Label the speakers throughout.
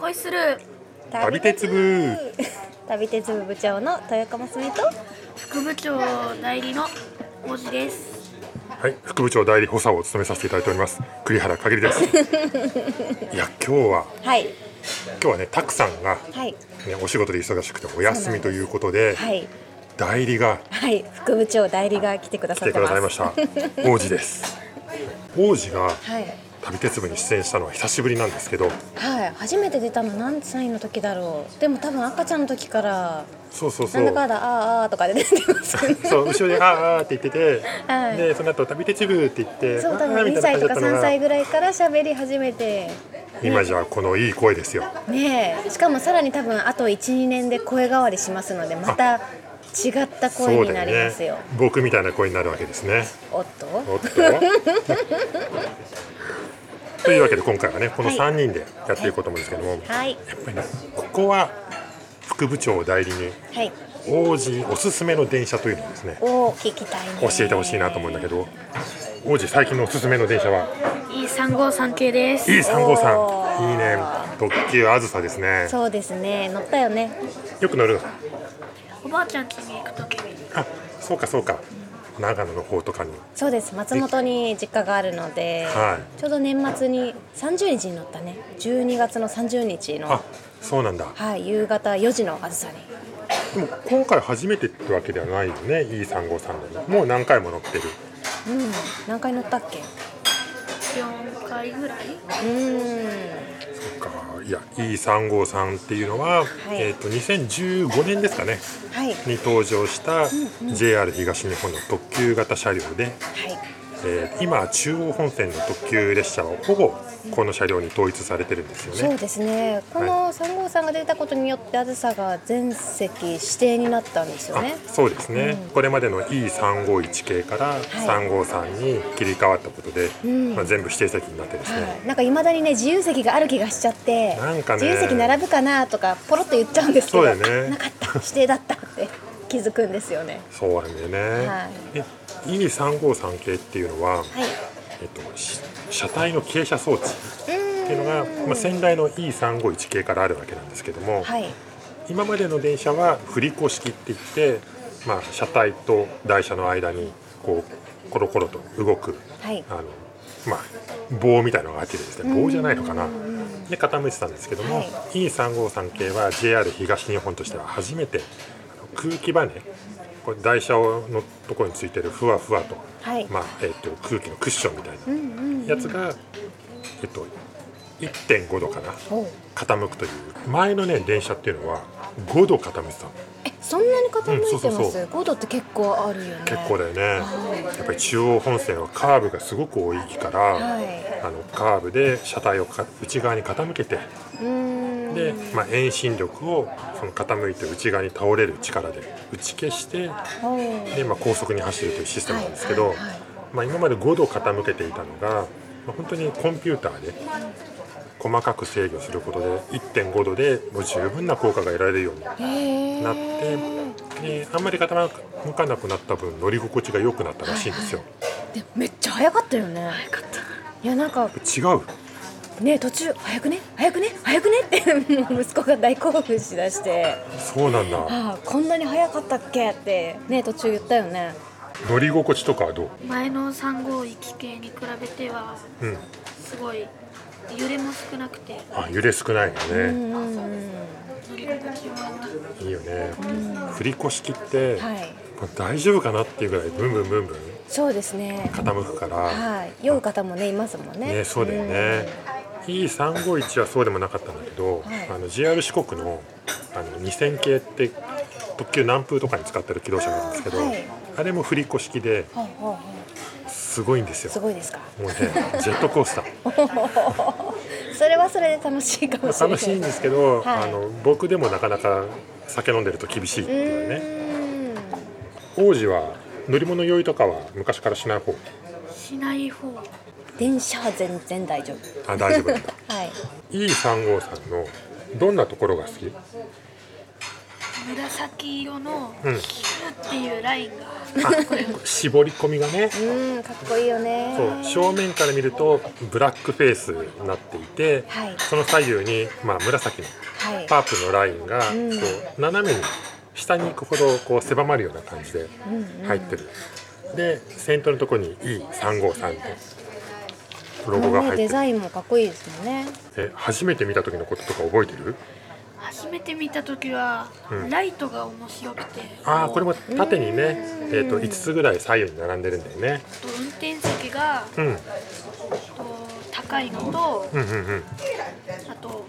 Speaker 1: 恋する
Speaker 2: 旅鉄部
Speaker 3: 旅鉄部部長の豊川娘と
Speaker 1: 副部長代理の王子です
Speaker 2: はい副部長代理補佐を務めさせていただいております栗原かぎりで すいや今日は
Speaker 3: はい
Speaker 2: 今日はねたくさんが、
Speaker 3: はい
Speaker 2: ね、お仕事で忙しくてお休みということで
Speaker 3: はい
Speaker 2: 代理が
Speaker 3: はい副部長代理が来てくだ
Speaker 2: 来
Speaker 3: さってて
Speaker 2: く
Speaker 3: ま
Speaker 2: だ
Speaker 3: す
Speaker 2: さいました王子 です王子が
Speaker 3: はい
Speaker 2: 旅鉄部に出演したのは久しぶりなんですけど
Speaker 3: はい初めて出たの何歳の時だろうでも多分赤ちゃんの時から
Speaker 2: そうそうそ
Speaker 3: なん
Speaker 2: う
Speaker 3: だかんだあーあーとかで出てます よね
Speaker 2: そう後ろで「あーあー」って言ってて、
Speaker 3: はい
Speaker 2: でその後旅鉄部」って言って
Speaker 3: そう多
Speaker 2: あー
Speaker 3: 分
Speaker 2: み
Speaker 3: 2
Speaker 2: た
Speaker 3: 歳
Speaker 2: いな
Speaker 3: と
Speaker 2: 感
Speaker 3: か
Speaker 2: じだったの
Speaker 3: 3
Speaker 2: が
Speaker 3: 歳ぐらいから喋り始めて
Speaker 2: 今じゃこのいい声ですよ
Speaker 3: ねえしかもさらに多分あと12年で声変わりしますのでまた違った声になりますよ
Speaker 2: 僕みたいな声になるわけですね
Speaker 3: おっと
Speaker 2: おっと というわけで今回はねこの
Speaker 3: はい
Speaker 2: 3人でやっていこうと思うんですけども、や
Speaker 3: はい
Speaker 2: っぱりねここは副部長代理に
Speaker 3: はい
Speaker 2: 王子おすすめの電車というのをですね
Speaker 3: を聞きたいね
Speaker 2: 教えてほしいなと思うんだけど王子最近のおすすめの電車は
Speaker 1: E353 系です
Speaker 2: いい3号
Speaker 3: お
Speaker 2: 3
Speaker 3: ー
Speaker 2: いいね特急あずさですね
Speaker 3: そうですね乗ったよね
Speaker 2: よく乗るの
Speaker 1: おばあちゃん家に行くときに
Speaker 2: あそうかそうか長野の方とかに
Speaker 3: そうです松本に実家があるので、
Speaker 2: は
Speaker 3: ちょうど年末に30日に乗ったね12月の30日の
Speaker 2: あそうなんだ
Speaker 3: はい夕方4時のあずさに
Speaker 2: でも今回初めてってわけではないよね E353 でももう何回も乗ってる
Speaker 3: うん何回乗ったっけ
Speaker 1: 4回ぐらいう
Speaker 3: ーん
Speaker 2: そっかいや E353 っていうのは、えっと2015年ですかね
Speaker 3: はいはい
Speaker 2: に登場した JR 東日本の特急型車両で、えー今中央本線の特急列車はほぼこの車両に統一されてるんですよ
Speaker 3: そう
Speaker 2: ね
Speaker 3: ですねこの3号さんが出たことによってあずさが全席指定になったんですよ
Speaker 2: あ
Speaker 3: ね
Speaker 2: そうですね、これまでの E351 系から353に切り替わったことで、
Speaker 3: ん
Speaker 2: まあ、全部指定席になってですね、
Speaker 3: はい、なんかいまだにね自由席がある気がしちゃって、
Speaker 2: なんかね
Speaker 3: 自由席並ぶかなとかポロッと言っちゃうんですけど、
Speaker 2: そうだよね
Speaker 3: なかった指定だったって気づくんですよね。
Speaker 2: そうなんだよね、
Speaker 3: はい
Speaker 2: え E353 系っていうのは、
Speaker 3: はい、
Speaker 2: えっと、し車体の傾斜装置っていうのが、まあ、先代の E351 系からあるわけなんですけども、
Speaker 3: はい、
Speaker 2: 今までの電車は振り子式っていって、まあ、車体と台車の間にこうコロコロと動く、
Speaker 3: はい
Speaker 2: あのまあ、棒みたいなのがあってですね棒じゃないのかなで固めてたんですけども、
Speaker 3: はい
Speaker 2: E353 系は JR 東日本としては初めてあの空気バネこれ台車をのところについてるふわふわと,、
Speaker 3: はい
Speaker 2: まあえっと空気のクッションみたい
Speaker 3: うん
Speaker 2: な
Speaker 3: うん、
Speaker 2: やつが、えっと、1.5度かな
Speaker 3: おう
Speaker 2: 傾くという前のね電車っていうのは5度傾いてたの
Speaker 3: えそんなに傾いてます、
Speaker 2: うんそうそうそう
Speaker 3: 5度って結構あるよね
Speaker 2: 結構
Speaker 3: だ
Speaker 2: だよねやっぱり中央本線はカーブがすごく多いから、
Speaker 3: はい
Speaker 2: あのカーブで車体をか内側に傾けて
Speaker 3: うーん
Speaker 2: で、まあ、遠心力をその傾いて内側に倒れる力で打ち消して
Speaker 3: おう
Speaker 2: で、まあ、高速に走るというシステムなんですけ
Speaker 3: は
Speaker 2: ど、
Speaker 3: いはいはい
Speaker 2: まあ、今まで5度傾けていたのが、まあ本当にコンピューターで細かく制御することで1.5度でもう十分な効果が得られるように
Speaker 3: へえ
Speaker 2: なってであんまり傾かなくなった分乗り心地が良くなったらしいんですよ、
Speaker 3: でめっちゃ早かったよね早かったいやなんか
Speaker 2: 違う
Speaker 3: ね途中早くね早くね早くねってもう息子が大興奮しだして
Speaker 2: そうなんだ
Speaker 3: ああこんなに早かったっけってね途中言ったよね
Speaker 2: 乗り心地とかはどう
Speaker 1: 前の351系に比べては
Speaker 2: うん
Speaker 1: すごい揺れも少なくて
Speaker 2: あ揺れ少ないよ
Speaker 3: う
Speaker 2: ね、
Speaker 3: んうんうん
Speaker 1: 乗り心地はい
Speaker 2: いよね、振り子式って、
Speaker 3: はい
Speaker 2: まあ大丈夫かなっていうぐらいブンブンブンブン
Speaker 3: そうですね
Speaker 2: 傾くから、
Speaker 3: はい酔う方もねいますもんね
Speaker 2: ね、そうだよね、E351 はそうでもなかったんだけど、
Speaker 3: はい
Speaker 2: あの JR 四国のあの2000系って特急南風とかに使ってる機動車なんですけど、
Speaker 3: あーはい
Speaker 2: あれも振り子式で
Speaker 3: うんはいはいはい
Speaker 2: すごいんですよ
Speaker 3: すごいですか
Speaker 2: もうねジェットコースター
Speaker 3: それはそれで楽しいかもしれない
Speaker 2: 楽しいんですけど、
Speaker 3: はい
Speaker 2: あの僕でもなかなか酒飲んでると厳しいって
Speaker 3: う
Speaker 2: いうね
Speaker 3: ーん
Speaker 2: 王子は乗り物酔いとかは昔からしない方
Speaker 1: しない方
Speaker 3: 電車は全然大丈夫
Speaker 2: あ大丈夫だった
Speaker 3: はい
Speaker 2: E353 のどんなところが好き
Speaker 1: う紫色の
Speaker 2: うん
Speaker 1: キューっていうラインが
Speaker 2: あこれ絞り込みがね
Speaker 3: うんかっこいいよね
Speaker 2: そう正面から見るとブラックフェイスになっていて、
Speaker 3: はい
Speaker 2: その左右に、まあ、紫の
Speaker 3: はい
Speaker 2: パープルのラインがこ
Speaker 3: うん
Speaker 2: う斜めに下に行くほどこう狭まるような感じで入ってる、で先頭のとこに E353 のロゴが
Speaker 3: ね
Speaker 2: 入
Speaker 3: デ
Speaker 2: ってる
Speaker 3: ザインもかっこいいですもんね
Speaker 2: え初めて見た時のこととか覚えてる
Speaker 1: 初めて見た時は
Speaker 2: うん
Speaker 1: ライトが面白くて、
Speaker 2: ああこれも縦にね、
Speaker 3: うん
Speaker 2: えー、と5つぐらい左右に並んでるんだよね、
Speaker 1: と運転席が
Speaker 2: うん、うん
Speaker 1: と高いのと
Speaker 2: うんうんうん
Speaker 1: あと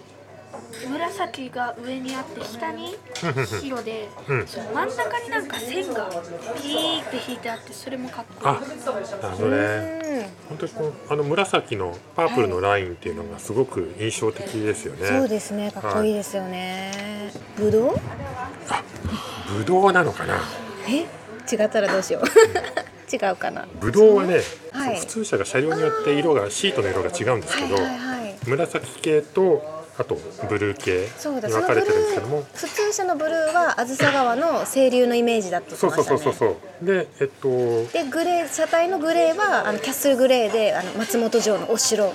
Speaker 1: 紫が上にあって下 に
Speaker 2: うん
Speaker 1: 白で、
Speaker 2: うん
Speaker 1: その真ん中になんか線がピーって引いてあってそれもかっこいい
Speaker 2: あなるほどね本当にこのあの紫のパープルのラインっていうのがすごく印象的ですよね、
Speaker 3: うんそうですねかっこいいですよねぶどう
Speaker 2: ブドウなのかな
Speaker 3: え違ったらどうしよう 違うかな
Speaker 2: ブドウはね、
Speaker 3: はい
Speaker 2: 普通車が車両によって色がシートの色が違うんですけ
Speaker 3: はい
Speaker 2: ど、
Speaker 3: はいはい
Speaker 2: 紫系とあとブルー系
Speaker 3: そうだ
Speaker 2: に
Speaker 3: その
Speaker 2: 分か
Speaker 3: ブ
Speaker 2: れ
Speaker 3: ル
Speaker 2: てるんですけど
Speaker 3: ー
Speaker 2: も
Speaker 3: 普通車のブルーは梓川の清流のイメージだって言って
Speaker 2: そう
Speaker 3: ま
Speaker 2: そう
Speaker 3: した
Speaker 2: そ
Speaker 3: ね
Speaker 2: うそうそうでえっとお
Speaker 3: でグレー車体のグレーはあのキャッスルグレーであの松本城のお城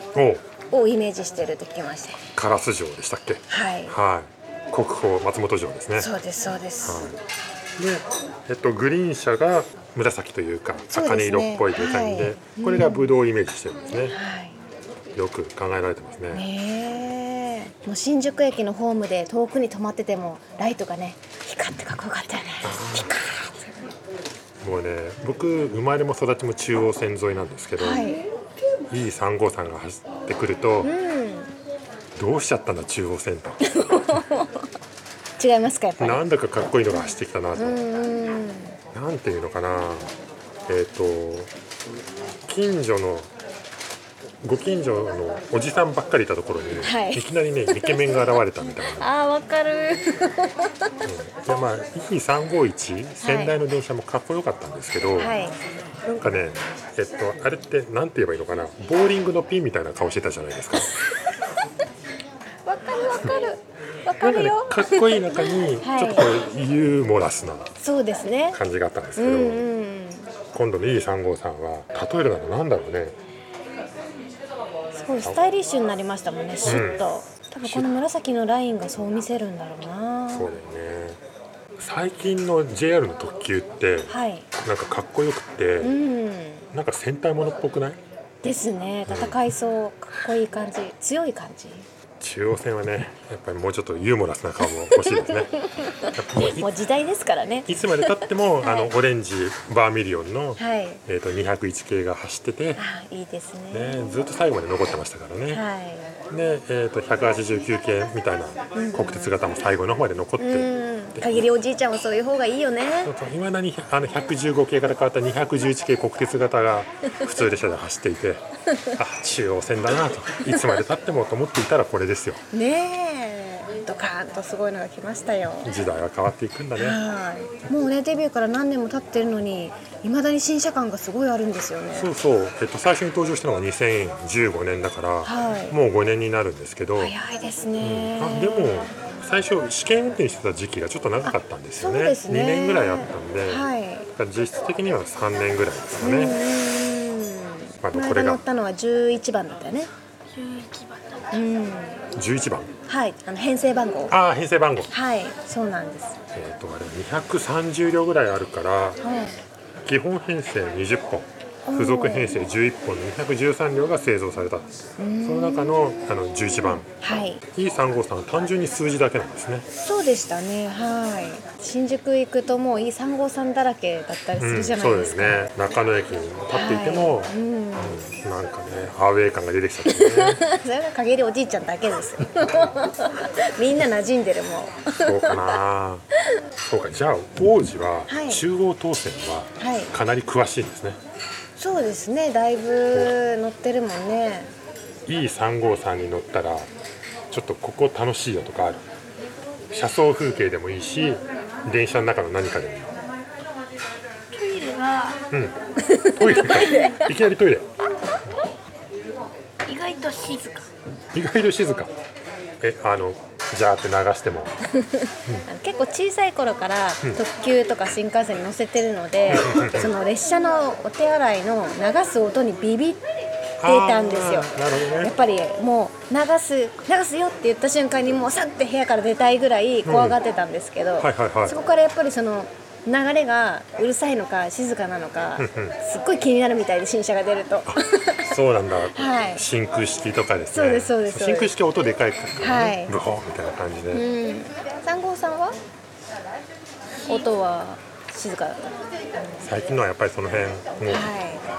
Speaker 3: をイメージしてるって聞きました
Speaker 2: カラス城でしたっけ
Speaker 3: はい
Speaker 2: はい国宝松本城ですね
Speaker 3: そうですそうです、
Speaker 2: はい、で、えっと、グリーン車が紫というか
Speaker 3: そうです
Speaker 2: 茜
Speaker 3: ね
Speaker 2: 色っぽいデザインで
Speaker 3: はい
Speaker 2: これがブドウをイメージしてるんですね、
Speaker 3: はい
Speaker 2: よく考えられてますね
Speaker 3: ねえもう新宿駅のホームで遠くに止まっててもライトがね光ってかっこよかったよねピカ
Speaker 2: もうね僕生まれも育ちも中央線沿いなんですけど、
Speaker 3: はい
Speaker 2: E353 が走ってくると
Speaker 3: うん
Speaker 2: どうしちゃったんだ中央線と
Speaker 3: 違いますかやっぱり
Speaker 2: なんだかかっこいいのが走ってきたなと、
Speaker 3: うんうん
Speaker 2: なんていうのかなえっ、と近所のご近所のおじさんばっかりいたところに、
Speaker 3: はい
Speaker 2: い、きなりねイケメンが現れたみたいな
Speaker 3: あーわかる
Speaker 2: でまあ E351 仙台の電車もかっこよかったんですけど、
Speaker 3: はい
Speaker 2: なんかねえっとあれってなんて言えばいいのかなボーリングのピンみたいな顔してたじゃないですか
Speaker 3: わかるわかるわか
Speaker 2: なんか
Speaker 3: る
Speaker 2: ね
Speaker 3: よ
Speaker 2: かっこいい中に
Speaker 3: はい
Speaker 2: ちょっとこうユーモラスな
Speaker 3: そうですね
Speaker 2: 感じがあったんです
Speaker 3: う
Speaker 2: けど、
Speaker 3: んうん
Speaker 2: 今度の E35 さんは例えるならなんだろうね
Speaker 3: すごいスタイリッシュになりましたもんねシュッと、多分この紫のラインがそう見せるんだろうな
Speaker 2: そうだよね最近の JR の特急って
Speaker 3: はい
Speaker 2: なんかかっこよくて、
Speaker 3: うん
Speaker 2: なんか戦隊ものっぽくない
Speaker 3: ですね戦いそうかっこいい感じ強い感じ
Speaker 2: 中央線はねやっぱりもうちょっとユーモラスな顔も欲しいですね やっぱもうい
Speaker 3: もう時代ですからね
Speaker 2: いつまでたっても、あのオレンジバーミリオンの、
Speaker 3: はい
Speaker 2: えー、と201系が走ってて、
Speaker 3: あいいですね
Speaker 2: ね、ずっと最後まで残ってましたからね、
Speaker 3: はい
Speaker 2: で、えー、と189系みたいな国鉄型も最後の方まで残って、
Speaker 3: うん限りおじいちゃんはそういう方がいいよね
Speaker 2: いまだにあの115系から変わった211系国鉄型が普通列車で走ってい てあ中央線だなといつまでたってもと思っていたらこれですよ
Speaker 3: ねえドカーンとすごいのが来ましたよ
Speaker 2: 時代は変わっていくんだね
Speaker 3: はいもうねデビューから何年も経ってるのにいまだに新車感がすごいあるんですよね
Speaker 2: そうそう、えっと、最初に登場したのが2015年だから、
Speaker 3: はい
Speaker 2: もう5年になるんですけど、
Speaker 3: 早いですね、
Speaker 2: あでも最初試験運転してた時期がちょっと長かったんですよね
Speaker 3: そうですね
Speaker 2: 2年ぐらいあったんで、
Speaker 3: はい
Speaker 2: だから実質的には3年ぐらいですか
Speaker 3: うんう
Speaker 2: ね、まあ
Speaker 3: んうん前
Speaker 2: これが
Speaker 3: 乗ったのは11番だったよね
Speaker 1: 11番だ
Speaker 3: うん
Speaker 2: 11番
Speaker 3: はいあの編成番号
Speaker 2: ああ編成番号
Speaker 3: はいそうなんです
Speaker 2: えっ、とあれ230両ぐらいあるから
Speaker 3: はい
Speaker 2: 基本編成20本
Speaker 3: おー
Speaker 2: 付属編成11本の213両が製造されたんですその中のあの11番
Speaker 3: はい、
Speaker 2: E353 は単純に数字だけなんですね
Speaker 3: そうでしたねはい新宿行くともういい3号さんだらけだったりす
Speaker 2: う
Speaker 3: る
Speaker 2: ん
Speaker 3: じ
Speaker 2: そ
Speaker 3: ゃないうで
Speaker 2: ですす
Speaker 3: か、
Speaker 2: ね中野駅に立っていても、
Speaker 3: はいうん、
Speaker 2: うんなんかねアウェー感が出てきちゃった ね
Speaker 3: それは限りおじいちゃんだけ ですよみんな馴染んでるもん
Speaker 2: そうかなそうかじゃあ王子は
Speaker 3: はい
Speaker 2: 中央当選は
Speaker 3: はい
Speaker 2: かなり詳しいんですね、
Speaker 3: そうですねだいぶ乗ってるもんね
Speaker 2: E353 に乗ったらちょっとここ楽しいよとかある車窓風景でもいいし電車の中の何かでもいい
Speaker 1: トイレが
Speaker 2: トイレいきなりトイレ
Speaker 1: 意外と静か
Speaker 2: 意外と静かえあのジャーって流しても
Speaker 3: 結構小さい頃から特急とか新幹線に乗せてるので、その列車のお手洗いの流す音にビビってたんですよ
Speaker 2: あーなるほど
Speaker 3: や
Speaker 2: ね
Speaker 3: っぱりもう流す流すよって言った瞬間にもうさって部屋から出たいぐらい怖がってたんですけど、
Speaker 2: んはいはいはい
Speaker 3: そこからやっぱりその流れがうるさいのか静かなのかすっごい気になるみたいで新車が出る と
Speaker 2: そうなんだ、
Speaker 3: はい
Speaker 2: 真空式とかですね
Speaker 3: そうですそうですそうです
Speaker 2: 真空式は音でかいからね、
Speaker 3: はい
Speaker 2: ブホーみたいな感じで、
Speaker 3: うん三号さんは音は静かだった
Speaker 2: 最近のはやっぱりその辺も
Speaker 3: は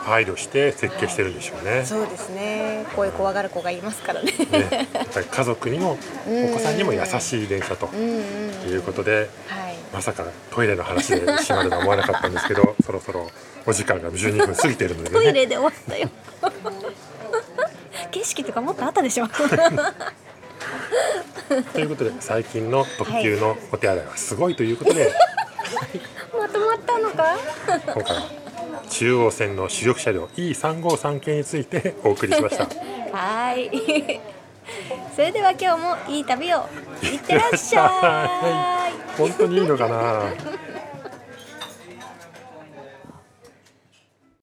Speaker 2: 配慮して設計してるんでしょうね,、
Speaker 3: そうですね声怖がる子がいますからね
Speaker 2: ねやっぱり家族にも
Speaker 3: うん
Speaker 2: お子さんにも優しい電車と
Speaker 3: うんうん
Speaker 2: いうことで
Speaker 3: はい
Speaker 2: まさかトイレの話で閉まるとは思わなかったんですけどそろそろお時間が12分過ぎてるので ね
Speaker 3: トイレで終わったよ景色とかもっとあったでし ょ
Speaker 2: ということで最近の特急のお手洗いはすごいということで、
Speaker 3: まとまったのか
Speaker 2: 今回は中央線の主力車両 E353 系についてお送りし ました。
Speaker 3: はーいそれでは今日もいい旅をいってらっしゃい
Speaker 2: 本当にいいのかな